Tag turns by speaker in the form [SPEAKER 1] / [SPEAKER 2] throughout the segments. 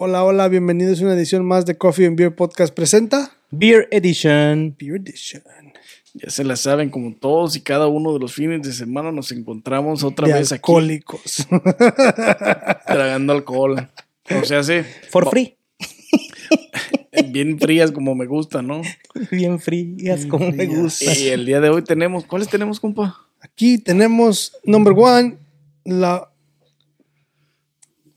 [SPEAKER 1] Hola, hola, bienvenidos a una edición más de Coffee and Beer Podcast presenta
[SPEAKER 2] Beer Edition.
[SPEAKER 1] Beer Edition.
[SPEAKER 3] Ya se la saben, como todos y cada uno de los fines de semana nos encontramos otra
[SPEAKER 1] de
[SPEAKER 3] vez
[SPEAKER 1] alcohólicos.
[SPEAKER 3] aquí tragando alcohol. O sea, sí.
[SPEAKER 2] For free.
[SPEAKER 3] Bien frías como me gusta, ¿no?
[SPEAKER 2] Bien frías, como me
[SPEAKER 1] frías.
[SPEAKER 2] gusta.
[SPEAKER 3] Y el día de hoy tenemos, ¿cuáles tenemos, compa?
[SPEAKER 1] Aquí tenemos number one, la,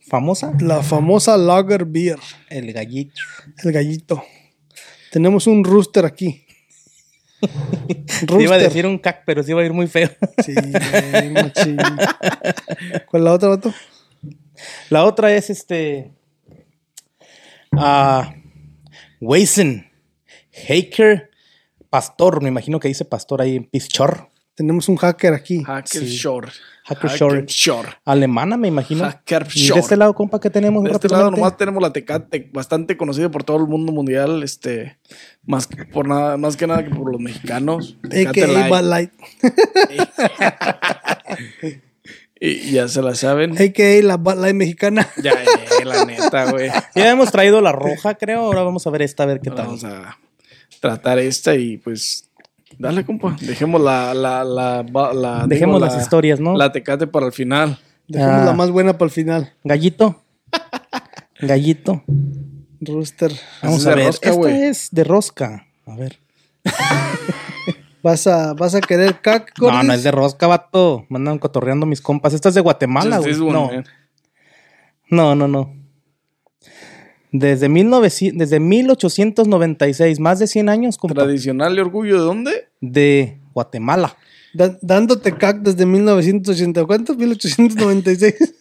[SPEAKER 2] Famosa.
[SPEAKER 1] la famosa Lager Beer,
[SPEAKER 2] El gallito.
[SPEAKER 1] el gallito. Tenemos un rooster aquí.
[SPEAKER 2] Te Iba a decir un cac, pero sí iba a ir muy feo.
[SPEAKER 1] Sí, güey, machín. ¿Cuál es la otra, vato?
[SPEAKER 2] La otra es este. Ah. Weizen. Haker. Pastor. Me imagino que dice pastor ahí en Pischor.
[SPEAKER 1] Tenemos un hacker aquí.
[SPEAKER 3] Hacker
[SPEAKER 2] Sí.
[SPEAKER 3] Shore.
[SPEAKER 2] Hacker Shore. Alemana, me imagino.
[SPEAKER 3] Hacker
[SPEAKER 2] y de
[SPEAKER 3] Shore.
[SPEAKER 2] este lado, compa, que tenemos
[SPEAKER 3] De este lado
[SPEAKER 2] rápidamente?
[SPEAKER 3] nomás tenemos la Tecate, bastante conocida por todo el mundo mundial, este, más que por nada, más que nada que por los mexicanos.
[SPEAKER 2] Eh, Pues
[SPEAKER 3] Tecate
[SPEAKER 1] AKA Bad
[SPEAKER 3] Light.
[SPEAKER 1] Light.
[SPEAKER 3] Y ya se la saben.
[SPEAKER 1] AKA la Bad Light mexicana.
[SPEAKER 3] Ya, eh, la neta, güey.
[SPEAKER 2] Ya hemos traído la roja, creo. Ahora vamos a ver esta, a ver qué tal.
[SPEAKER 3] Vamos a tratar esta y pues dale, compa. Dejemos la, la, la, ba- la-
[SPEAKER 2] Dejemos
[SPEAKER 3] digo,
[SPEAKER 2] las
[SPEAKER 3] la-
[SPEAKER 2] historias, ¿no?
[SPEAKER 3] La tecate para el final.
[SPEAKER 1] Dejemos
[SPEAKER 2] Ah.
[SPEAKER 1] la más buena para el final.
[SPEAKER 2] Gallito. Gallito.
[SPEAKER 1] Rooster.
[SPEAKER 2] Vamos
[SPEAKER 3] es
[SPEAKER 2] a
[SPEAKER 3] de
[SPEAKER 2] ver.
[SPEAKER 3] rosca,
[SPEAKER 2] Esta
[SPEAKER 3] güey.
[SPEAKER 2] es de rosca. A ver.
[SPEAKER 1] ¿Vas a, vas a querer cac?
[SPEAKER 2] No,
[SPEAKER 1] Gordis?
[SPEAKER 2] no es de rosca, vato. Me andan cotorreando mis compas. Esta es de Guatemala,
[SPEAKER 3] Just
[SPEAKER 2] güey.
[SPEAKER 3] this one,
[SPEAKER 2] No,
[SPEAKER 3] man.
[SPEAKER 2] no, no, no. Desde, 1900 desde 1896, más de 100 años, compa.
[SPEAKER 3] Tradicional y orgullo de dónde?
[SPEAKER 2] De Guatemala.
[SPEAKER 1] Da- dándote cac desde 1980. ¿Cuánto? 1896.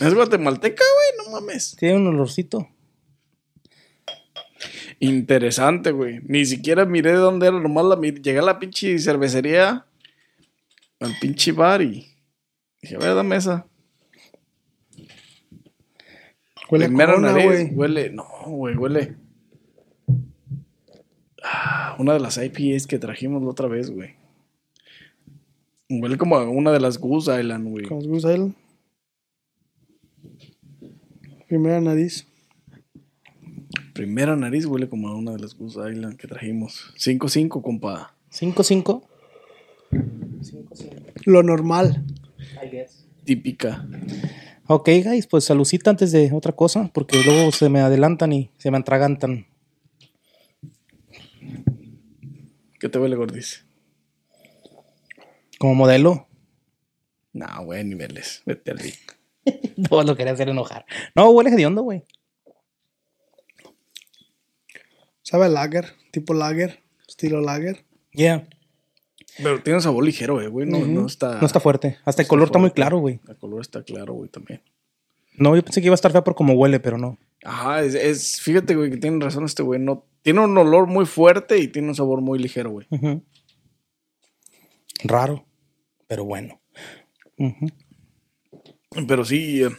[SPEAKER 3] Es guatemalteca, güey, no mames.
[SPEAKER 2] Tiene un olorcito.
[SPEAKER 3] Interesante, güey. Ni siquiera miré de dónde era, nomás la miré. Llegué a la pinche cervecería, al pinche bar y dije, a ver, dame esa.
[SPEAKER 1] Huele a
[SPEAKER 3] Primera
[SPEAKER 1] corona,
[SPEAKER 3] nariz,
[SPEAKER 1] güey.
[SPEAKER 3] huele, no, güey, huele. Ah, una de las IPAs que trajimos la otra vez, güey. Huele como a una de las Goose Island, güey.
[SPEAKER 1] Con los Goose Island. Primera nariz.
[SPEAKER 3] Primera nariz huele como a una de las Goose Island que trajimos. 5-5, compa.
[SPEAKER 2] 5-5.
[SPEAKER 1] Lo normal.
[SPEAKER 3] Típica.
[SPEAKER 2] Ok, guys, pues saludcita antes de otra cosa, porque luego se me adelantan y se me atragantan.
[SPEAKER 3] ¿Qué te huele, gordis?
[SPEAKER 2] Como modelo.
[SPEAKER 3] No, güey, niveles. Vete al di-
[SPEAKER 2] No lo quería hacer enojar. No, huele hediondo, güey.
[SPEAKER 1] Sabe a lager. Tipo lager. Estilo lager.
[SPEAKER 2] Yeah.
[SPEAKER 3] Pero tiene un sabor ligero, eh, güey. No, no está.
[SPEAKER 2] No está fuerte. Hasta el color está muy
[SPEAKER 3] fuerte.
[SPEAKER 2] claro, güey.
[SPEAKER 3] El color está claro, güey, también.
[SPEAKER 2] No, yo pensé que iba a estar fea por cómo huele, pero no.
[SPEAKER 3] Ajá, es, es- fíjate, güey, que tiene razón este güey. No, tiene un olor muy fuerte y tiene un sabor muy ligero, güey.
[SPEAKER 2] Ujú. Raro, pero bueno. Ujú.
[SPEAKER 3] Pero sí, eh,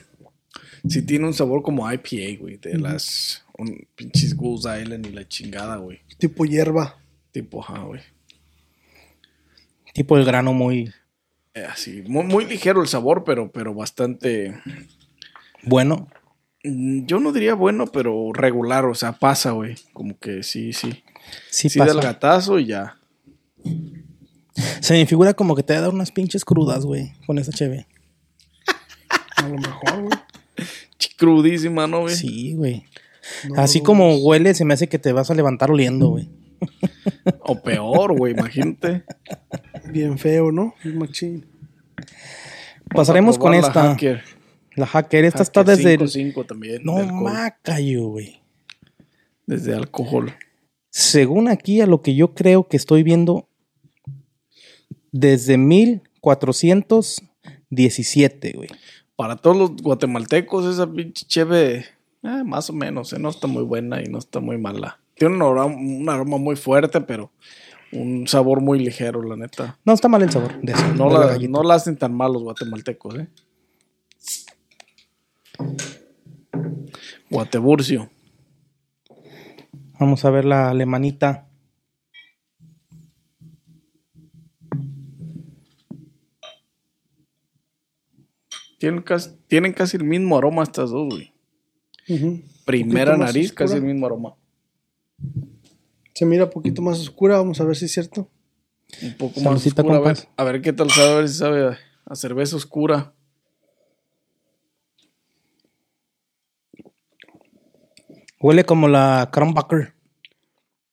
[SPEAKER 3] sí tiene un sabor como IPA, güey, de las un, pinches Goose Island y la chingada, güey.
[SPEAKER 1] Tipo hierba.
[SPEAKER 3] Tipo, ajá, güey.
[SPEAKER 2] Tipo el grano muy
[SPEAKER 3] Eh, Así, muy, muy ligero el sabor, pero, pero bastante.
[SPEAKER 2] bueno.
[SPEAKER 3] mm, Yo no diría bueno, pero regular, o sea, pasa, güey. Como que sí, sí.
[SPEAKER 2] Sí,
[SPEAKER 3] sí,
[SPEAKER 2] pasa.
[SPEAKER 3] del gatazo y ya.
[SPEAKER 2] Se me figura como que te va a dar unas pinches crudas, güey, con esa cheve.
[SPEAKER 1] A lo mejor, güey.
[SPEAKER 3] Ch- Crudísima, ¿no, güey?
[SPEAKER 2] Sí, güey.
[SPEAKER 1] No
[SPEAKER 2] Así
[SPEAKER 1] lo
[SPEAKER 2] como
[SPEAKER 1] dudes.
[SPEAKER 2] huele, se me hace que te vas a levantar oliendo, güey.
[SPEAKER 3] O peor, güey, imagínate.
[SPEAKER 1] Bien feo, ¿no? Bien machín.
[SPEAKER 2] Pasaremos con
[SPEAKER 3] Probar la
[SPEAKER 2] esta.
[SPEAKER 3] Hacker.
[SPEAKER 2] La hacker, esta está
[SPEAKER 3] Hacker
[SPEAKER 2] desde el-
[SPEAKER 3] 5.5 también. de
[SPEAKER 2] No,
[SPEAKER 3] alcohol.
[SPEAKER 2] macayo, güey.
[SPEAKER 3] Desde alcohol.
[SPEAKER 2] Según aquí, a lo que yo creo que estoy viendo, desde 1417, güey.
[SPEAKER 3] para todos los guatemaltecos, esa pinche cheve, eh, más o menos, eh, no está muy buena y no está muy mala. Tiene un aroma, un aroma muy fuerte, pero un sabor muy ligero, la neta.
[SPEAKER 2] No está mal el sabor de eso.
[SPEAKER 3] No
[SPEAKER 2] de la
[SPEAKER 3] la,
[SPEAKER 2] galleta.
[SPEAKER 3] no la hacen tan mal los guatemaltecos, ¿eh? Guateburcio.
[SPEAKER 2] Vamos a ver la alemanita.
[SPEAKER 3] Tienen casi, tienen casi el mismo aroma estas dos, güey.
[SPEAKER 1] Ujú.
[SPEAKER 3] Primera
[SPEAKER 1] Poquito más
[SPEAKER 3] nariz, casi
[SPEAKER 1] oscura.
[SPEAKER 3] el mismo aroma.
[SPEAKER 1] Se mira un poquito más oscura, vamos a ver si es cierto.
[SPEAKER 3] Un poco más
[SPEAKER 2] Salucita,
[SPEAKER 3] oscura. A ver,
[SPEAKER 2] compas.
[SPEAKER 3] a ver qué tal sabe, a ver si sabe a, a cerveza oscura.
[SPEAKER 2] Huele como la Kronbacher.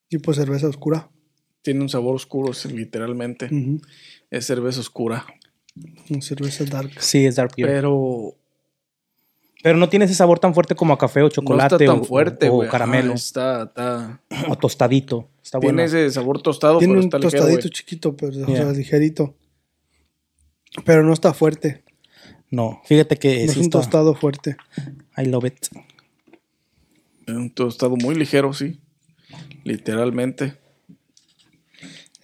[SPEAKER 1] Tipo cerveza oscura.
[SPEAKER 3] Tiene un sabor oscuro, sí, literalmente.
[SPEAKER 1] Ujú.
[SPEAKER 3] Es cerveza oscura.
[SPEAKER 1] Una Cerveza dark.
[SPEAKER 2] Sí, es dark beer. Pero,
[SPEAKER 3] Pero
[SPEAKER 2] no tiene ese sabor tan fuerte como a café o chocolate
[SPEAKER 3] no está tan
[SPEAKER 2] o,
[SPEAKER 3] fuerte,
[SPEAKER 2] o
[SPEAKER 3] güey. Ajá,
[SPEAKER 2] caramelo
[SPEAKER 3] está, está.
[SPEAKER 2] o tostadito. Está
[SPEAKER 3] Tiene
[SPEAKER 2] bueno.
[SPEAKER 3] ese sabor tostado,
[SPEAKER 1] Tiene
[SPEAKER 3] pero
[SPEAKER 1] un
[SPEAKER 3] está ligero,
[SPEAKER 1] tostadito
[SPEAKER 3] güey.
[SPEAKER 1] chiquito, pero o
[SPEAKER 2] Yeah.
[SPEAKER 1] sea, ligerito. Pero no está fuerte.
[SPEAKER 2] No, fíjate que
[SPEAKER 1] no
[SPEAKER 2] sí
[SPEAKER 1] es un
[SPEAKER 2] está-
[SPEAKER 1] tostado fuerte.
[SPEAKER 2] I love it.
[SPEAKER 3] Es Un tostado muy ligero, sí. Literalmente.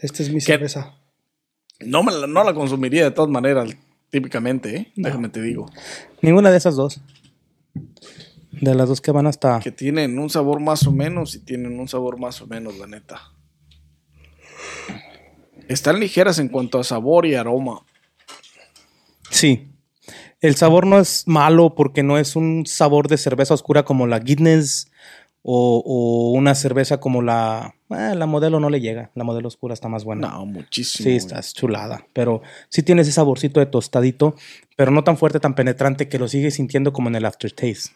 [SPEAKER 1] Esta es mi cerveza.
[SPEAKER 3] No, me la, no la consumiría de todas maneras, típicamente, ¿eh? Déjame te digo.
[SPEAKER 2] Ninguna de esas dos. De las dos que van hasta.
[SPEAKER 3] Que tienen un sabor más o menos y tienen un sabor más o menos, la neta. Están ligeras en cuanto a sabor y aroma.
[SPEAKER 2] Sí. El sabor no es malo porque no es un sabor de cerveza oscura como la Guinness o, o una cerveza como la. ah, la modelo no le llega. La modelo oscura está más buena.
[SPEAKER 3] No, muchísimo.
[SPEAKER 2] Sí,
[SPEAKER 3] güey.
[SPEAKER 2] estás chulada. Pero sí tiene ese saborcito de tostadito, pero no tan fuerte, tan penetrante que lo sigues sintiendo como en el aftertaste.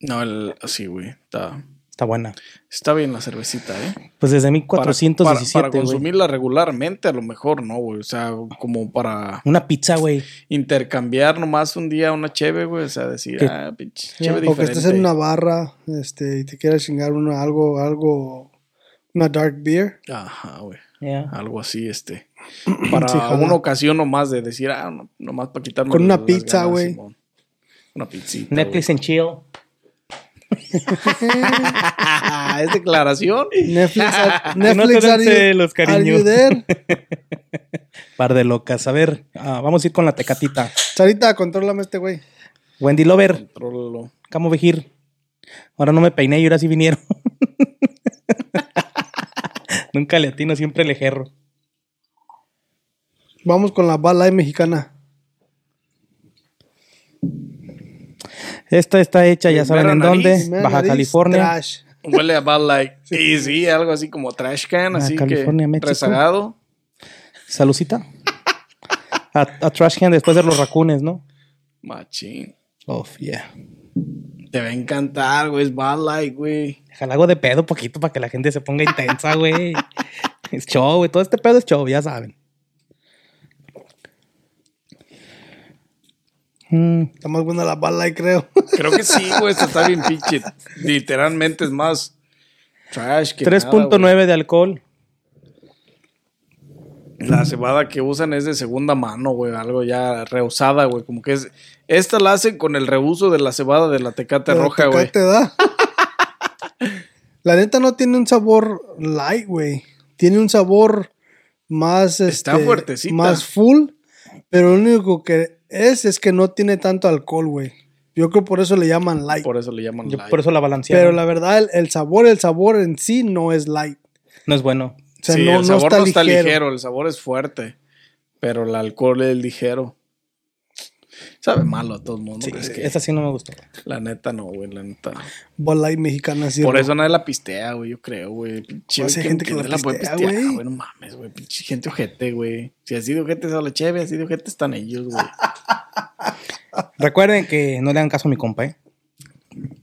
[SPEAKER 3] No, el- sí, güey. Está,
[SPEAKER 2] Está buena.
[SPEAKER 3] está bien la cervecita, ¿eh?
[SPEAKER 2] Pues desde
[SPEAKER 3] Para-
[SPEAKER 2] 1417.
[SPEAKER 3] Para, para,
[SPEAKER 2] güey.
[SPEAKER 3] consumirla regularmente, a lo mejor, ¿no, güey? O sea, como para
[SPEAKER 2] Una pizza, güey.
[SPEAKER 3] intercambiar nomás un día una cheve, güey. O sea, decir,
[SPEAKER 2] Que-
[SPEAKER 3] ah, pinche cheve
[SPEAKER 1] o que estés
[SPEAKER 3] diferente.
[SPEAKER 1] en una barra este, y te quieras chingar una, algo, algo, una dark beer.
[SPEAKER 3] Ajá, Ah, güey.
[SPEAKER 2] Yeah.
[SPEAKER 3] Algo así, este. Para
[SPEAKER 1] jala.
[SPEAKER 3] una ocasión nomás de decir, ah, no- nomás para quitarnos.
[SPEAKER 1] Con una
[SPEAKER 3] las
[SPEAKER 1] pizza,
[SPEAKER 3] ganas,
[SPEAKER 1] güey.
[SPEAKER 3] Simón. Una pizzita.
[SPEAKER 2] Netflix and chill.
[SPEAKER 3] güey. Ah, ¿Es declaración?
[SPEAKER 1] Netflix, are-
[SPEAKER 2] no te
[SPEAKER 1] Netflix are you-
[SPEAKER 2] lance los
[SPEAKER 1] are
[SPEAKER 2] cariños.
[SPEAKER 1] you there?
[SPEAKER 2] Par de locas. A ver, ah, vamos a ir con la tecatita.
[SPEAKER 1] Sarita, contrólame este güey.
[SPEAKER 2] Wendy Lover,
[SPEAKER 3] Contrólalo.
[SPEAKER 2] ¿cómo vejir? Ahora no me peiné y ahora sí vinieron. Nunca le atino, siempre le jerro.
[SPEAKER 1] Vamos con la bala mexicana.
[SPEAKER 2] Esta está hecha, ya saben
[SPEAKER 3] Primera
[SPEAKER 2] en
[SPEAKER 3] nariz,
[SPEAKER 2] dónde.
[SPEAKER 1] Primera
[SPEAKER 2] Baja
[SPEAKER 1] nariz,
[SPEAKER 2] California.
[SPEAKER 1] trash.
[SPEAKER 3] Huele a Bad Light. Sí, sí, algo así como trash can,
[SPEAKER 2] Ah,
[SPEAKER 3] así
[SPEAKER 2] California,
[SPEAKER 3] que
[SPEAKER 2] México.
[SPEAKER 3] rezagado.
[SPEAKER 2] Salucita. A, a Trash Can después de los racunes, ¿no?
[SPEAKER 3] Machín.
[SPEAKER 2] Of, yeah.
[SPEAKER 3] Te va a encantar, güey. Es Bad Light, güey.
[SPEAKER 2] Déjala, hago de pedo poquito para que la gente se ponga intensa, güey. Es show, güey. Todo este pedo es show, ya saben. Mm,
[SPEAKER 1] Está más buena la bala, creo.
[SPEAKER 3] Creo que sí, güey. Esto está bien pinche. Literalmente es más trash que nada, güey.
[SPEAKER 2] 3.9 de alcohol.
[SPEAKER 3] La cebada que usan es de segunda mano, güey, algo ya reusada, güey, como que es... Esta la hacen con el reuso de la cebada de la tecate
[SPEAKER 1] Pero
[SPEAKER 3] roja,
[SPEAKER 1] te-
[SPEAKER 3] güey.
[SPEAKER 1] te da. La neta no tiene un sabor light, güey. Tiene un sabor más.
[SPEAKER 3] Está
[SPEAKER 1] este,
[SPEAKER 3] fuertecita.
[SPEAKER 1] Más full. Pero lo único que es es que no tiene tanto alcohol, güey. Yo creo por eso le llaman light.
[SPEAKER 3] Por eso le llaman
[SPEAKER 2] Yo
[SPEAKER 3] light.
[SPEAKER 2] por eso la balancearon.
[SPEAKER 1] pero la verdad, el, el sabor, el sabor en sí no es light.
[SPEAKER 2] No es bueno.
[SPEAKER 1] O sea,
[SPEAKER 3] sí,
[SPEAKER 1] no,
[SPEAKER 3] el
[SPEAKER 1] no
[SPEAKER 3] sabor
[SPEAKER 1] está, ligero.
[SPEAKER 3] el sabor es fuerte, pero el alcohol es ligero. Sabe malo a todo el mundo, es que
[SPEAKER 2] Esa sí no me gustó.
[SPEAKER 3] la neta no, güey, la neta. no.
[SPEAKER 1] Bud Light mexicana, sí.
[SPEAKER 3] Por
[SPEAKER 1] güey.
[SPEAKER 3] eso nadie la pistea, güey, yo creo, güey. Pinche,
[SPEAKER 1] Pues hay gente que la
[SPEAKER 3] nadie puede
[SPEAKER 1] pistea,
[SPEAKER 3] pistear,
[SPEAKER 1] güey.
[SPEAKER 3] güey. No mames, güey, pinche gente ojete, güey. Si así de ojete sale chévere, así de ojete están ellos, güey.
[SPEAKER 2] Recuerden que no le hagan caso a mi compa, ¿eh?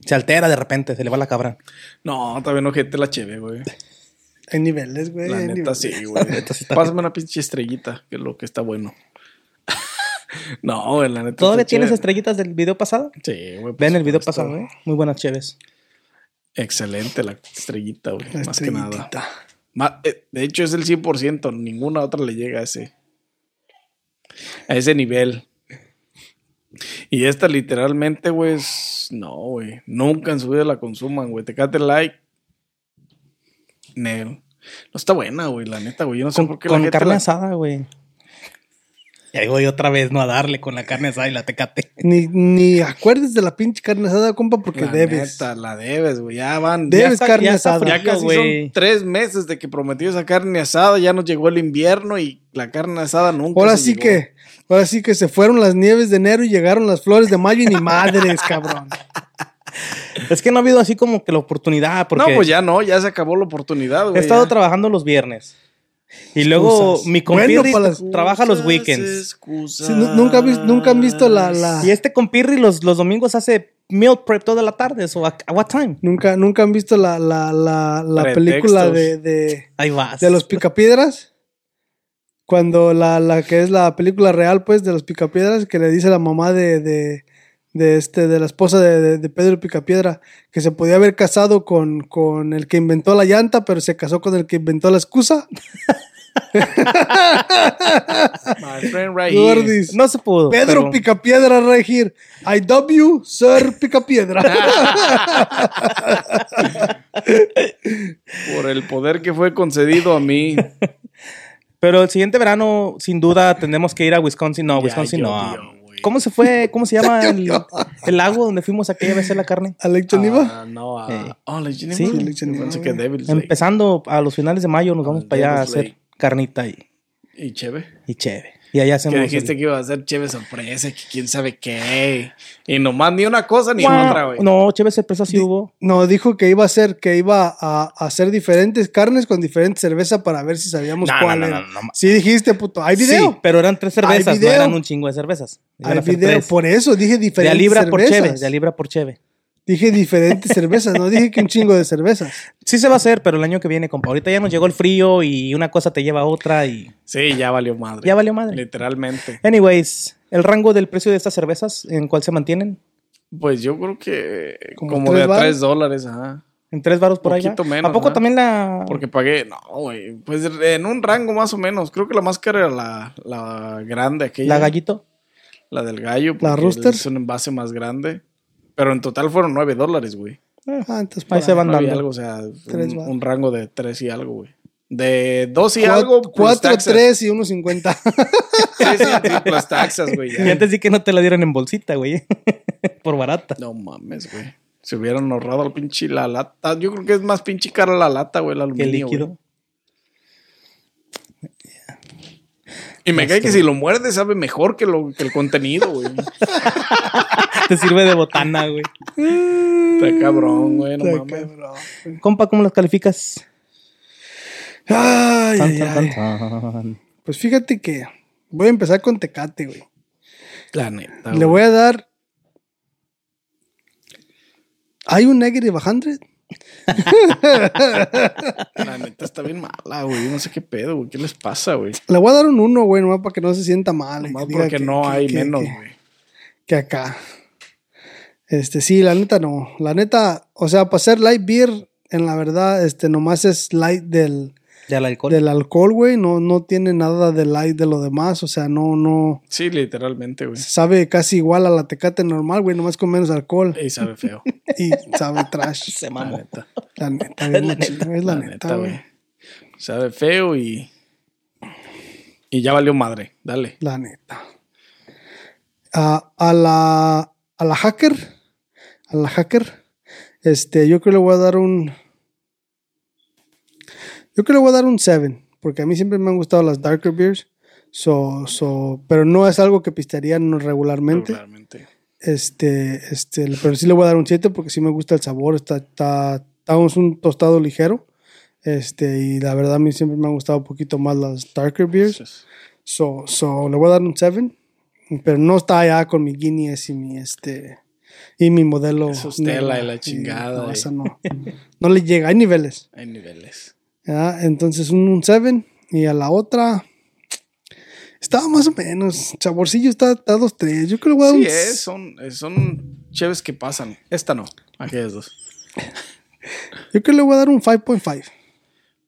[SPEAKER 2] Se altera de repente, se le va la cabra.
[SPEAKER 3] No, también ojete la chévere, güey.
[SPEAKER 2] Eh,
[SPEAKER 1] Hay niveles, güey.
[SPEAKER 3] La
[SPEAKER 1] hay
[SPEAKER 3] neta
[SPEAKER 1] niveles.
[SPEAKER 3] sí, güey. Pásame una pinche estrellita, que es lo que está bueno. no, güey, la neta.
[SPEAKER 2] ¿Todavía
[SPEAKER 3] está
[SPEAKER 2] tienes
[SPEAKER 3] chévere.
[SPEAKER 2] estrellitas del video pasado?
[SPEAKER 3] Sí, güey. por
[SPEAKER 2] Ven el video
[SPEAKER 3] supuesto.
[SPEAKER 2] pasado, ¿eh? Muy buenas chéves.
[SPEAKER 3] Excelente la estrellita, güey.
[SPEAKER 1] La
[SPEAKER 3] Más que nada.
[SPEAKER 1] estrellitita.
[SPEAKER 3] Ma- eh, de hecho, es el 100%. Ninguna otra le llega a ese. A ese nivel. Y esta literalmente, güey, es... No, güey. Nunca en su vida la consuman, güey. Tecate like. Negro. No está buena, güey, la neta, güey. Yo no sé
[SPEAKER 2] Con,
[SPEAKER 3] por qué
[SPEAKER 2] con
[SPEAKER 3] la gente
[SPEAKER 2] carne
[SPEAKER 3] la-
[SPEAKER 2] asada, güey. Y ahí voy otra vez, no a darle con la carne asada y la tecate.
[SPEAKER 1] Ni, ni acuerdes de la pinche carne asada, compa, porque
[SPEAKER 3] la
[SPEAKER 1] debes.
[SPEAKER 3] neta, la debes, güey. Ya van.
[SPEAKER 1] Debes
[SPEAKER 3] ya
[SPEAKER 1] está- carne asada.
[SPEAKER 3] Ya casi son
[SPEAKER 2] güey.
[SPEAKER 3] tres meses de que prometió esa carne asada, ya nos llegó el invierno y la carne asada nunca.
[SPEAKER 1] Ahora
[SPEAKER 3] se
[SPEAKER 1] sí
[SPEAKER 3] llegó.
[SPEAKER 1] que, ahora sí que se fueron las nieves de enero y llegaron las flores de mayo y ni madres, cabrón.
[SPEAKER 2] Es que no ha habido así como que la oportunidad. Porque
[SPEAKER 3] No, pues ya no, ya se acabó la oportunidad, güey.
[SPEAKER 2] He estado
[SPEAKER 3] ya.
[SPEAKER 2] trabajando los viernes. Y luego
[SPEAKER 1] Excusas.
[SPEAKER 2] mi compirri
[SPEAKER 1] Bueno, para las-
[SPEAKER 2] trabaja los
[SPEAKER 3] Excusas,
[SPEAKER 2] weekends.
[SPEAKER 3] excusas.
[SPEAKER 1] Sí, nu- nunca, vi- nunca han visto la... la-
[SPEAKER 2] Y este compirri los, los domingos hace meal prep toda la tarde. So, a, a what time?
[SPEAKER 1] Nunca, nunca han visto la, la, la, la
[SPEAKER 3] Pretextos.
[SPEAKER 1] película de, de,
[SPEAKER 2] Ahí vas.
[SPEAKER 1] de los picapiedras. Cuando la, la que es la película real, pues, de los picapiedras, que le dice la mamá de, de, de este, de la esposa de, de- de Pedro Picapiedra, que se podía haber casado con, con el que inventó la llanta, pero se casó con el que inventó la excusa.
[SPEAKER 3] My friend right here.
[SPEAKER 1] Gordis.
[SPEAKER 2] No se pudo.
[SPEAKER 1] Pedro
[SPEAKER 2] pero-
[SPEAKER 1] Picapiedra Regir. I love you, Sir Picapiedra.
[SPEAKER 3] Por el poder que fue concedido a mí.
[SPEAKER 2] Pero el siguiente verano, sin duda, tenemos que ir a Wisconsin. No,
[SPEAKER 3] Ya
[SPEAKER 2] Wisconsin no.
[SPEAKER 3] llovió, güey.
[SPEAKER 2] ¿Cómo se fue? ¿Cómo se llama el, el lago donde fuimos aquella vez a la carne?
[SPEAKER 1] Alex Choniva.
[SPEAKER 3] Ah, no, a.
[SPEAKER 2] Eh.
[SPEAKER 3] Oh, la Jenny
[SPEAKER 2] Sí,
[SPEAKER 3] Murray.
[SPEAKER 2] la
[SPEAKER 1] Jenny
[SPEAKER 3] Yo pensé que Devil's Lake.
[SPEAKER 2] Empezando a los finales de mayo, nos vamos
[SPEAKER 3] Ah,
[SPEAKER 2] para allá a
[SPEAKER 3] Devil's
[SPEAKER 2] hacer
[SPEAKER 3] Lake.
[SPEAKER 2] carnita y,
[SPEAKER 3] Y Cheve.
[SPEAKER 2] y chévere. Y allá hacemos.
[SPEAKER 3] Que dijiste
[SPEAKER 2] el-
[SPEAKER 3] que iba a ser Cheve sorpresa, que quién sabe qué. Y nomás ni una cosa ni
[SPEAKER 2] Guau.
[SPEAKER 3] otra, güey.
[SPEAKER 2] No, chévere sorpresa sí hubo.
[SPEAKER 1] No, dijo que iba a hacer, que iba a, a hacer diferentes carnes con diferente cerveza para ver si sabíamos
[SPEAKER 2] No, no,
[SPEAKER 1] cuál
[SPEAKER 2] no,
[SPEAKER 1] era.
[SPEAKER 2] no, no, no.
[SPEAKER 1] Sí dijiste, puto. ¿Hay video?
[SPEAKER 2] Sí, pero eran tres cervezas, no
[SPEAKER 1] video.
[SPEAKER 2] eran un chingo de cervezas. Iban
[SPEAKER 1] Hay
[SPEAKER 2] a ser
[SPEAKER 1] video.
[SPEAKER 2] tres.
[SPEAKER 1] Por eso dije
[SPEAKER 2] de a
[SPEAKER 1] diferentes
[SPEAKER 2] libra por
[SPEAKER 1] cervezas.
[SPEAKER 2] cheve, de a libra por cheve.
[SPEAKER 1] Dije diferentes cervezas, no dije que un chingo de cervezas.
[SPEAKER 2] Sí se va a hacer, pero el año que viene, compa. Ahorita ya nos llegó el frío y una cosa te lleva a otra y
[SPEAKER 3] Sí, ya valió madre.
[SPEAKER 2] ya valió madre. Eh.
[SPEAKER 3] Literalmente.
[SPEAKER 2] Anyways, el rango del precio de estas cervezas, ¿en cuál se mantienen?
[SPEAKER 3] Pues yo creo que
[SPEAKER 1] Como
[SPEAKER 3] como,
[SPEAKER 1] tres
[SPEAKER 3] de a
[SPEAKER 1] varos.
[SPEAKER 3] 3 dólares, ajá.
[SPEAKER 2] ¿En tres baros por allá?
[SPEAKER 3] Poquito menos,
[SPEAKER 2] ¿A poco
[SPEAKER 3] ¿no?
[SPEAKER 2] también la...?
[SPEAKER 3] Porque pagué, no, güey. Pues en un rango más o menos. Creo que la más cara era la, la grande, aquella.
[SPEAKER 2] ¿La gallito?
[SPEAKER 3] La del gallo.
[SPEAKER 1] ¿La
[SPEAKER 3] porque
[SPEAKER 1] Rooster?
[SPEAKER 3] Es un envase más grande. Pero en total fueron 9 dólares, güey.
[SPEAKER 1] Ah, entonces
[SPEAKER 2] Ahí se van
[SPEAKER 3] Nueve y
[SPEAKER 2] dando.
[SPEAKER 3] algo, o sea,
[SPEAKER 1] Tres
[SPEAKER 3] un,
[SPEAKER 1] varos.
[SPEAKER 3] un rango de 3 y algo, güey. De 2 y
[SPEAKER 1] Cuat-
[SPEAKER 3] algo. pues, plus
[SPEAKER 1] cuatro,
[SPEAKER 3] taxas.
[SPEAKER 1] tres y uno cincuenta.
[SPEAKER 3] Sí, sí, sí, plus taxas, güey. ya.
[SPEAKER 2] Y antes sí que no te la dieron en bolsita, güey. por barata.
[SPEAKER 3] No mames, güey. Se hubieran ahorrado al pinche la lata. Yo creo que es más pinche cara la lata, güey, el
[SPEAKER 2] Que
[SPEAKER 3] aluminio.
[SPEAKER 2] el líquido.
[SPEAKER 3] güey. Y me
[SPEAKER 1] Este.
[SPEAKER 3] cae que si lo muerde sabe mejor que, lo, que el contenido, güey.
[SPEAKER 2] Te sirve de botana, güey.
[SPEAKER 3] Está cabrón, güey, no
[SPEAKER 1] Mm, Está
[SPEAKER 3] mames.
[SPEAKER 1] cabrón.
[SPEAKER 2] Compa, ¿cómo las calificas?
[SPEAKER 1] Ay,
[SPEAKER 2] Tan,
[SPEAKER 1] ay,
[SPEAKER 2] tan,
[SPEAKER 1] ay.
[SPEAKER 2] tan, tan.
[SPEAKER 1] Pues fíjate que voy a empezar con Tecate, güey.
[SPEAKER 3] La neta.
[SPEAKER 1] Le
[SPEAKER 3] güey.
[SPEAKER 1] voy a dar. ¿Hay un negative 100?
[SPEAKER 3] La neta está bien mala, güey. Yo No sé qué pedo, güey. ¿Qué les pasa, güey?
[SPEAKER 1] Le voy a dar un 1, güey, nomás para que no se sienta mal. y
[SPEAKER 3] Nomás
[SPEAKER 1] que diga
[SPEAKER 3] porque
[SPEAKER 1] que-
[SPEAKER 3] no
[SPEAKER 1] que-
[SPEAKER 3] hay
[SPEAKER 1] que-
[SPEAKER 3] menos,
[SPEAKER 1] que-
[SPEAKER 3] güey.
[SPEAKER 1] que acá. Este, sí, la neta no. La neta, o sea, para ser light beer, en la verdad, este, nomás es light del,
[SPEAKER 2] Ya el alcohol.
[SPEAKER 1] del alcohol, güey. No, no tiene nada de light de lo demás. O sea, no, no.
[SPEAKER 3] Sí, literalmente, güey.
[SPEAKER 1] Se sabe casi igual a la tecate normal, güey, nomás con menos alcohol.
[SPEAKER 3] Y sabe feo.
[SPEAKER 1] Y sabe trash.
[SPEAKER 2] Se
[SPEAKER 3] La
[SPEAKER 2] mamó.
[SPEAKER 3] neta.
[SPEAKER 1] La neta, bien machín, es la,
[SPEAKER 3] La
[SPEAKER 1] neta, güey.
[SPEAKER 3] Sabe feo y. Y ya valió madre. Dale.
[SPEAKER 1] La neta. A, a la. A la hacker. A la hacker. Este, yo creo que le voy a dar un. Yo creo que le voy a dar un 7. Porque a mí siempre me han gustado las darker beers. So, so, pero no es algo que pistearía no regularmente.
[SPEAKER 3] Regularmente.
[SPEAKER 1] Este, este, pero sí le voy a dar un 7 porque sí me gusta el sabor. Está, está, está un- es un tostado ligero. Este, y la verdad a mí siempre me han gustado un poquito más las darker beers.
[SPEAKER 3] Entonces,
[SPEAKER 1] So, so, le voy a dar un 7. Pero no está allá con mi Guinness y mi este y mi modelo.
[SPEAKER 3] Eso es tela
[SPEAKER 1] negra.
[SPEAKER 3] y la
[SPEAKER 1] Y
[SPEAKER 3] chingada,
[SPEAKER 1] No,
[SPEAKER 3] eh.
[SPEAKER 1] esa no. No le llega, hay niveles.
[SPEAKER 3] Hay niveles.
[SPEAKER 1] ¿ya? Entonces un 7 y a la otra. Estaba más o menos. Chaborcillo está a 2-3. Yo creo que le voy a dar
[SPEAKER 3] Sí,
[SPEAKER 1] un.
[SPEAKER 3] es, son, eh, son cheves que pasan. Esta no. Aquellas dos.
[SPEAKER 1] Yo creo que le voy a dar un 5.5.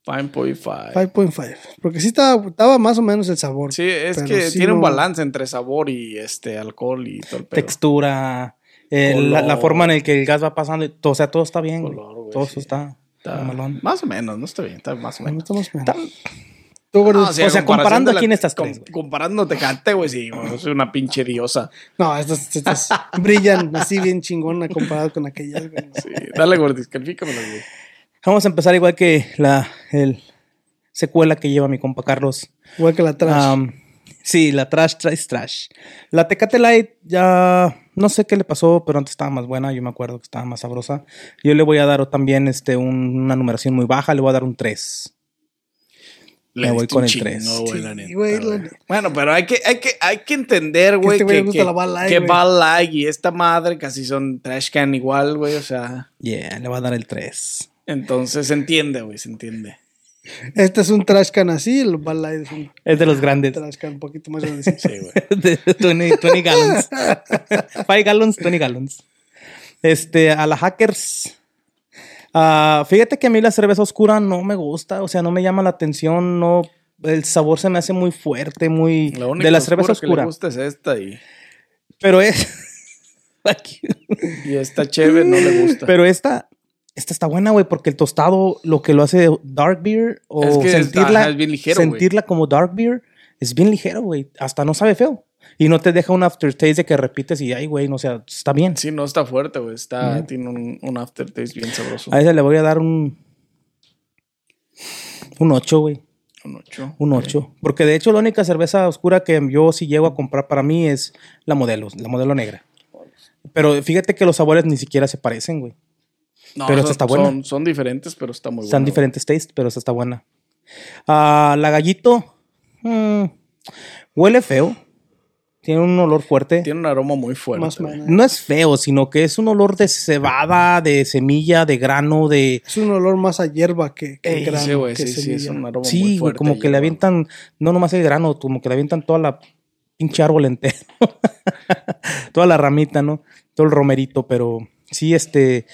[SPEAKER 3] 5.5.
[SPEAKER 1] 5.5. Porque sí estaba, estaba más o menos el sabor.
[SPEAKER 3] Sí, es
[SPEAKER 1] pero
[SPEAKER 3] que
[SPEAKER 1] sí
[SPEAKER 3] tiene un
[SPEAKER 1] no-
[SPEAKER 3] balance entre sabor y este alcohol y todo el pedo.
[SPEAKER 2] textura, el- la, la
[SPEAKER 3] Color.
[SPEAKER 2] forma en el que el gas va pasando. y todo, O sea, todo está bien. güey.
[SPEAKER 3] Color, güey,
[SPEAKER 2] todo
[SPEAKER 3] sí.
[SPEAKER 2] está,
[SPEAKER 3] Está-
[SPEAKER 2] malón.
[SPEAKER 3] Más o menos, no está bien, está más o
[SPEAKER 1] Bueno,
[SPEAKER 3] menos.
[SPEAKER 1] estamos bien.
[SPEAKER 2] Está-
[SPEAKER 1] Tú, gordo,
[SPEAKER 3] No,
[SPEAKER 2] o sea,
[SPEAKER 3] a comparación
[SPEAKER 2] comparando
[SPEAKER 3] de la-
[SPEAKER 2] aquí en estas
[SPEAKER 3] com-
[SPEAKER 2] tres, güey.
[SPEAKER 3] Comparando Tecate, güey, sí, güey, soy una pinche diosa.
[SPEAKER 1] No, estas, estas brillan así bien chingona comparado con aquellas. güey.
[SPEAKER 3] Sí, dale, gordis, califícamelo, güey.
[SPEAKER 2] Vamos a empezar igual que la el secuela que lleva mi compa Carlos.
[SPEAKER 1] Igual que la trash.
[SPEAKER 2] Am, sí, la trash, trash, trash. La Tecate Light ya no sé qué le pasó, pero antes estaba más buena. Yo me acuerdo que estaba más sabrosa. Yo le voy a dar también este, un- una numeración muy baja. Le voy a dar un 3. Me voy
[SPEAKER 3] diste
[SPEAKER 2] con
[SPEAKER 3] un
[SPEAKER 2] el
[SPEAKER 3] chingo,
[SPEAKER 2] tres.
[SPEAKER 3] güey, la
[SPEAKER 1] Sí,
[SPEAKER 3] neta,
[SPEAKER 1] güey, la
[SPEAKER 3] güey.
[SPEAKER 1] neta.
[SPEAKER 3] Bueno, pero hay que, hay que, hay que entender,
[SPEAKER 1] este
[SPEAKER 3] güey, que,
[SPEAKER 1] güey le
[SPEAKER 3] que,
[SPEAKER 1] gusta la Bud Light,
[SPEAKER 3] que
[SPEAKER 1] güey.
[SPEAKER 3] Bud Light y esta madre casi son trash can igual, güey, o sea,
[SPEAKER 2] Yeah, le voy a dar el 3.
[SPEAKER 3] entonces se entiende, güey, se entiende.
[SPEAKER 1] Este es un trash can así, el Bud Light es un
[SPEAKER 2] Es de los grandes.
[SPEAKER 1] trash can un poquito más grandecito.
[SPEAKER 3] Sí, güey.
[SPEAKER 2] de 20, 20 gallons. 5 gallons, 20 gallons. Este, a la hackers. Ah, fíjate que a mí la cerveza oscura no me gusta, o sea, no me llama la atención, no. El sabor se me hace muy fuerte, muy.
[SPEAKER 3] La única
[SPEAKER 2] de la cerveza
[SPEAKER 3] oscura que
[SPEAKER 2] oscura.
[SPEAKER 3] le gusta es esta y,
[SPEAKER 2] Pero es. Fuck you.
[SPEAKER 3] y esta cheve no le gusta.
[SPEAKER 2] Pero esta. Esta está buena, güey, porque el tostado lo que lo hace dark beer o
[SPEAKER 3] Es que está-
[SPEAKER 2] sentirla,
[SPEAKER 3] ajá, es bien ligero, güey.
[SPEAKER 2] sentirla como dark beer es bien ligero, güey. Hasta no sabe feo. Y no te deja un aftertaste de que repites y, ay, güey, no, o sea, está bien.
[SPEAKER 3] Sí, no está fuerte, güey. Está, tiene un, un aftertaste bien sabroso.
[SPEAKER 2] A esa le voy a dar un. Un 8, güey.
[SPEAKER 3] Un 8.
[SPEAKER 2] Un 8. Porque de hecho, la única cerveza oscura que yo sí llego a comprar para mí es la modelo, la modelo negra. Pero fíjate que los sabores ni siquiera se parecen, güey. Pero esta está buena.
[SPEAKER 3] Son, son diferentes, pero está muy
[SPEAKER 2] Están
[SPEAKER 3] buena, güey.
[SPEAKER 2] diferentes tastes, pero esa está buena. Ah, la gallito. mm, huele feo. Tiene un olor fuerte.
[SPEAKER 3] Tiene un aroma muy fuerte.
[SPEAKER 1] Más o
[SPEAKER 3] güey.
[SPEAKER 1] menos.
[SPEAKER 2] No es feo, sino que es un olor de cebada, de semilla, de grano, de.
[SPEAKER 1] Es un olor más a hierba que, que
[SPEAKER 3] Ey,
[SPEAKER 1] grano.
[SPEAKER 3] sí, güey,
[SPEAKER 1] que
[SPEAKER 3] sí, sí, es
[SPEAKER 1] semilla.
[SPEAKER 3] un aroma muy
[SPEAKER 2] Sí, güey,
[SPEAKER 3] fuerte.
[SPEAKER 2] como que
[SPEAKER 3] ya,
[SPEAKER 2] le
[SPEAKER 3] güey.
[SPEAKER 2] avientan, no nomás el grano, como que le avientan toda la pinche árbol entero, toda la ramita, ¿no? Todo el romerito, pero sí, este,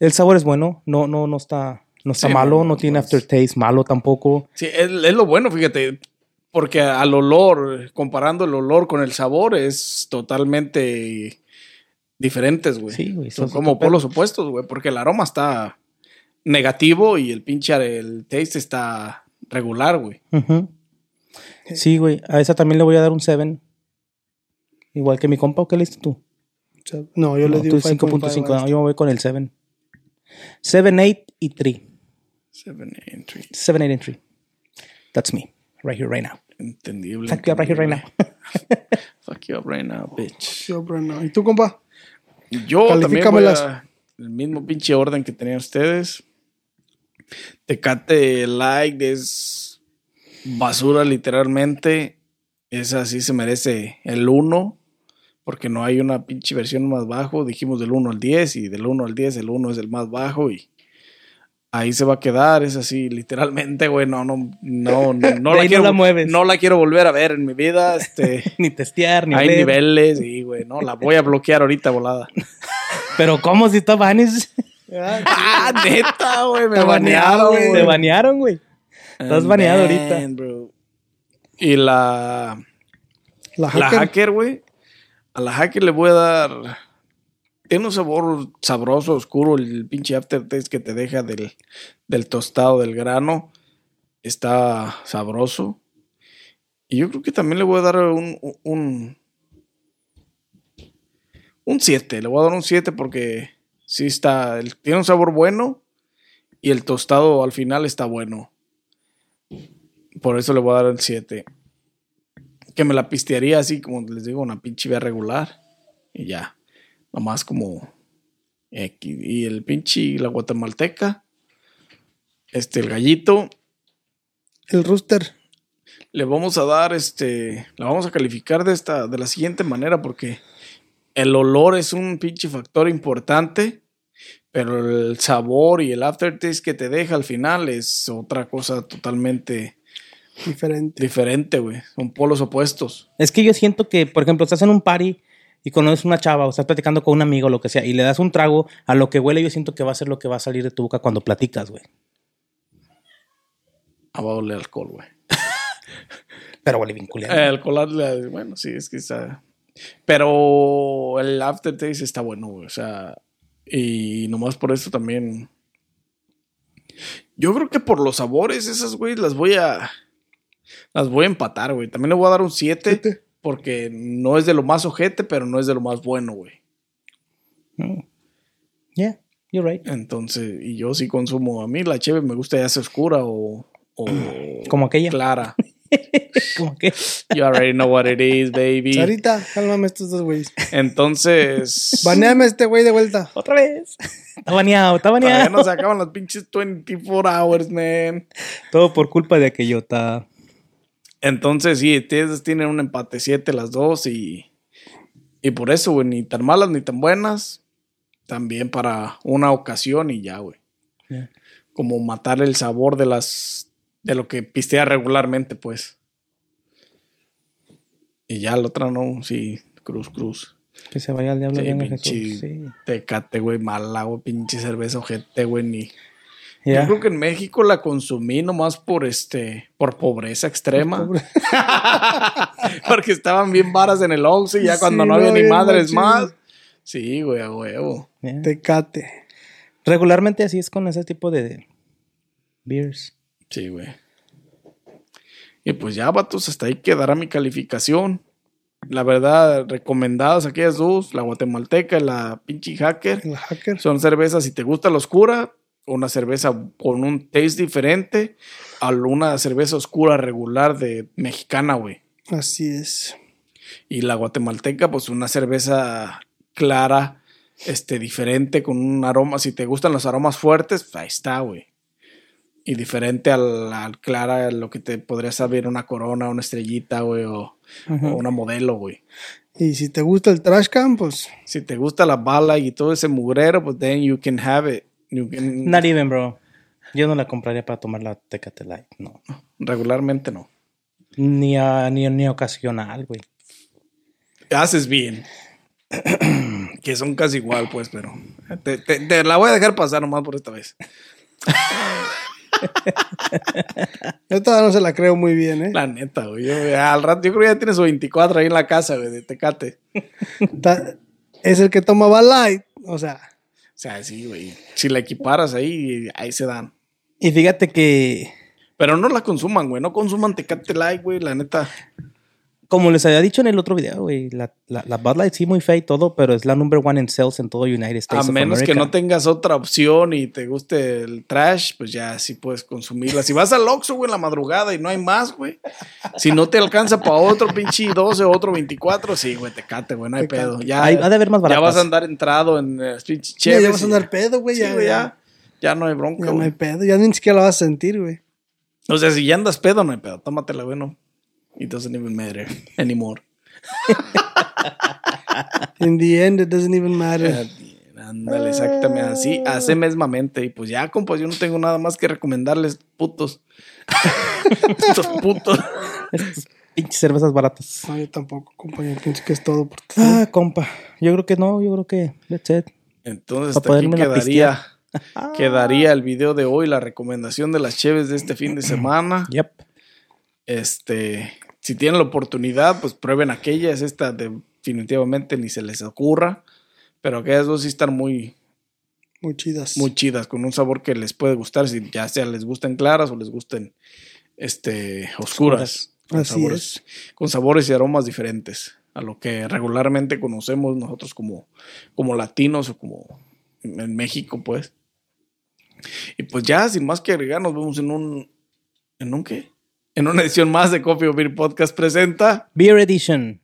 [SPEAKER 2] el sabor es bueno, no, no, no está, no está
[SPEAKER 3] Sí,
[SPEAKER 2] malo,
[SPEAKER 3] no,
[SPEAKER 2] no,
[SPEAKER 3] no,
[SPEAKER 2] tiene
[SPEAKER 3] pues.
[SPEAKER 2] aftertaste malo tampoco.
[SPEAKER 3] Sí, es, es lo bueno, fíjate. Porque al olor, comparando el olor con el sabor, es totalmente diferentes, güey.
[SPEAKER 2] Sí, güey,
[SPEAKER 3] Son
[SPEAKER 2] son-
[SPEAKER 3] como polos opuestos, güey. Porque el aroma está negativo y el pinche el taste está regular, güey.
[SPEAKER 2] Ujú. Sí, güey, a esa también le voy a dar un 7. Igual que mi compa, ¿o qué le diste tú?
[SPEAKER 1] O sea, no, yo le
[SPEAKER 2] No,
[SPEAKER 1] digo
[SPEAKER 2] tú 5.5,
[SPEAKER 1] 5.5.
[SPEAKER 2] no, yo me voy con el 7. 7, 8 y 3.
[SPEAKER 3] Seven entry.
[SPEAKER 2] 7, 8 and 3. That's me, right here, right now.
[SPEAKER 3] Entendible.
[SPEAKER 2] Fuck you up right here, right now.
[SPEAKER 3] Fuck you up right now, bitch.
[SPEAKER 1] Yo, pero no. ¿Y tú, compa?
[SPEAKER 3] Yo también voy
[SPEAKER 1] Califícamelas.
[SPEAKER 3] a- el mismo pinche orden que tenían ustedes. Tecate Light es basura literalmente. Esa sí se merece el 1 porque no hay una pinche versión más bajo. Dijimos del 1 al 10 y del 1 al 10 el 1 es el más bajo y ahí se va a quedar. Es así literalmente, güey. No, no, no, no, no
[SPEAKER 2] ahí
[SPEAKER 3] la
[SPEAKER 2] no
[SPEAKER 3] quiero,
[SPEAKER 2] la mueves.
[SPEAKER 3] no la quiero volver a ver en mi vida. Este,
[SPEAKER 2] ni testear, ni
[SPEAKER 3] hay
[SPEAKER 2] oler.
[SPEAKER 3] niveles y, güey, no, la voy a bloquear ahorita volada.
[SPEAKER 2] Pero ¿cómo si está banes?
[SPEAKER 3] Ah, neta, güey, me
[SPEAKER 1] Te banearon, güey.
[SPEAKER 3] banearon,
[SPEAKER 2] Te
[SPEAKER 3] güey.
[SPEAKER 2] banearon, güey. Estás baneado
[SPEAKER 3] Man,
[SPEAKER 2] ahorita.
[SPEAKER 3] bro. Y la
[SPEAKER 1] La
[SPEAKER 3] la
[SPEAKER 1] hacker.
[SPEAKER 3] hacker, güey. A la hacker le voy a dar tiene un sabor sabroso, oscuro, el pinche aftertaste que te deja del, del tostado del grano. Está sabroso. Y yo creo que también le voy a dar un un un 7, le voy a dar un 7 porque sí está el- tiene un sabor bueno y el tostado al final está bueno. Por eso le voy a dar el 7. Que me la pistearía así, como les digo, una pinche vía regular. Y ya. Nomás como. X. Y el pinche, la guatemalteca. Este, el gallito.
[SPEAKER 1] El rooster.
[SPEAKER 3] Le vamos a dar este. La vamos a calificar de esta. De la siguiente manera. Porque el olor es un pinche factor importante. Pero el sabor y el aftertaste que te deja al final es otra cosa totalmente
[SPEAKER 1] Diferente.
[SPEAKER 3] diferente, güey. Son polos opuestos.
[SPEAKER 2] Es que yo siento que, por ejemplo, estás en un party y conoces una chava o estás platicando con un amigo o lo que sea y le das un trago a lo que huele, yo siento que va a ser lo que va a salir de tu boca cuando platicas, güey.
[SPEAKER 3] abajo el alcohol, güey.
[SPEAKER 2] Pero huele bien culero.
[SPEAKER 3] El alcohol, la- bueno, sí, es que está. Pero el aftertaste está bueno, güey. O sea, y nomás por eso también. Yo creo que por los sabores, esas, güey, las voy a. Las voy a empatar, güey. También le voy a dar un 7 porque no es de lo más ojete, pero no es de lo más bueno, güey.
[SPEAKER 2] Mm. Yeah, you're right.
[SPEAKER 3] Entonces, y yo sí consumo. A mí la cheve me gusta ya sea oscura o. o
[SPEAKER 2] Como aquella.
[SPEAKER 3] clara.
[SPEAKER 2] Como que-
[SPEAKER 3] You already know what it is, baby.
[SPEAKER 1] Sarita, cálmame estos dos güeyes.
[SPEAKER 3] Entonces.
[SPEAKER 1] Baneame este güey de vuelta.
[SPEAKER 2] Otra vez. Está baneado, está
[SPEAKER 3] Todavía
[SPEAKER 2] baneado.
[SPEAKER 3] no se acaban las pinches 24 hours, man.
[SPEAKER 2] Todo por culpa de aquellota.
[SPEAKER 3] Entonces, sí, ustedes tienen un empate 7 las dos y, y por eso, güey, ni tan malas ni tan buenas. También para una ocasión y ya, güey.
[SPEAKER 2] Yeah.
[SPEAKER 3] Como matar el sabor de las de lo que pistea regularmente, pues. Y ya la otra no, sí, cruz, cruz.
[SPEAKER 2] Que se vaya al diablo.
[SPEAKER 3] Sí,
[SPEAKER 2] venga
[SPEAKER 3] pinche.
[SPEAKER 2] Jesús. Sí.
[SPEAKER 3] Tecate, güey, mala, güey, pinche cerveza, ojete, güey, ni.
[SPEAKER 2] Yeah.
[SPEAKER 3] Yo creo que en México la consumí nomás por este, por pobreza extrema. Porque estaban bien varas en el Oxxo y ya cuando
[SPEAKER 1] Sí, no,
[SPEAKER 3] no había ni
[SPEAKER 1] bien
[SPEAKER 3] madres
[SPEAKER 1] machín.
[SPEAKER 3] más. Sí, güey, a huevo.
[SPEAKER 2] Yeah.
[SPEAKER 1] Tecate.
[SPEAKER 2] Regularmente así es con ese tipo de beers.
[SPEAKER 3] Sí, güey. Y pues ya, vatos, hasta ahí quedará mi calificación. La verdad, recomendadas aquellas dos, la guatemalteca y la pinche hacker.
[SPEAKER 1] El hacker.
[SPEAKER 3] Son cervezas, si te gusta la oscura, una cerveza con un taste diferente a una cerveza oscura regular de mexicana, güey.
[SPEAKER 1] Así es.
[SPEAKER 3] Y la guatemalteca, pues una cerveza clara, este, diferente, con un aroma. Si te gustan los aromas fuertes, pues, ahí está, güey. Y diferente a la clara, lo que te podría saber una corona, una estrellita, güey, o, o una modelo, güey.
[SPEAKER 1] Y si te gusta el trash can, pues
[SPEAKER 3] Si te gusta la bala y todo ese mugrero, pues then you can have it. You can-
[SPEAKER 2] Not even, bro. Yo no la compraría para tomar la Tecate Light, no.
[SPEAKER 3] Regularmente no.
[SPEAKER 2] Ni, a- ni, ni ocasional, güey.
[SPEAKER 3] Haces bien. que son casi igual, pues, pero. Te, te- te la voy a dejar pasar nomás por esta vez.
[SPEAKER 1] yo todavía no se la creo muy bien, ¿eh?
[SPEAKER 3] La neta, güey. Yo, al rato, yo creo que ya tienes 24 ahí en la casa, güey, de Tecate. O
[SPEAKER 1] Ta- es el que tomaba light. O sea,
[SPEAKER 3] sea, sí, güey. Si la equiparas ahí, ahí se dan.
[SPEAKER 2] Y fíjate que,
[SPEAKER 3] Pero no la consuman, güey. No consuman Tecate Light, güey, la neta.
[SPEAKER 2] como les había dicho en el otro video, güey, la, la, la Bud Light sí muy fea y todo, pero es la number one en sales en todo United
[SPEAKER 3] A
[SPEAKER 2] States. of
[SPEAKER 3] menos que
[SPEAKER 2] America.
[SPEAKER 3] no tengas otra opción y te guste el trash, pues ya sí puedes consumirla. Si vas al Oxxo, güey, en la madrugada y no hay más, güey. Si no te alcanza para otro pinche 12, otro 24, sí, güey, te cate, güey, no hay
[SPEAKER 1] Tecate.
[SPEAKER 3] pedo. Ya,
[SPEAKER 2] Hay- ha de haber más
[SPEAKER 3] ya
[SPEAKER 2] baratas.
[SPEAKER 3] vas a andar entrado en eh, las pinches
[SPEAKER 1] ya, ya vas
[SPEAKER 3] cheves
[SPEAKER 1] a
[SPEAKER 3] y-
[SPEAKER 1] andar pedo, güey.
[SPEAKER 3] Sí,
[SPEAKER 1] ya,
[SPEAKER 3] güey,
[SPEAKER 1] ya,
[SPEAKER 3] ya. Ya no hay bronca,
[SPEAKER 1] ya no hay
[SPEAKER 3] güey.
[SPEAKER 1] pedo. Ya ni siquiera la vas a sentir, güey.
[SPEAKER 3] O sea, si ya andas pedo, no hay pedo. Tómatela, güey, no. It doesn't even matter anymore.
[SPEAKER 1] In the end, it doesn't even matter.
[SPEAKER 3] Bien, Ah, Ándale, exactamente así, así mismamente. Y pues ya, compas, yo no tengo nada más que recomendarles, putos. Estos putos.
[SPEAKER 2] Estas pinches cervezas baratas.
[SPEAKER 1] No, yo tampoco, compañero. Pienso que es todo por todo.
[SPEAKER 2] Ah, compa. Yo creo que no, yo creo que that's it.
[SPEAKER 3] Entonces,
[SPEAKER 2] Pa'
[SPEAKER 3] hasta aquí
[SPEAKER 2] podérmela
[SPEAKER 3] quedaría, quedaría el video de hoy, la recomendación de las cheves de este fin de semana.
[SPEAKER 2] Yep.
[SPEAKER 3] Este, si tienen la oportunidad, pues prueben aquellas. Esta definitivamente ni se les ocurra. Pero aquellas dos sí están muy,
[SPEAKER 1] Muy chidas.
[SPEAKER 3] muy chidas, con un sabor que les puede gustar, si ya sea les gusten claras o les gusten este, oscuras. Con
[SPEAKER 1] Así
[SPEAKER 3] sabores, Con sabores y aromas diferentes a lo que regularmente conocemos nosotros como, como latinos o como en México, pues. Y pues ya, sin más que agregar, nos vemos en un. ¿En un qué? En una edición más de Coffee or Beer Podcast presenta.
[SPEAKER 2] Beer Edition.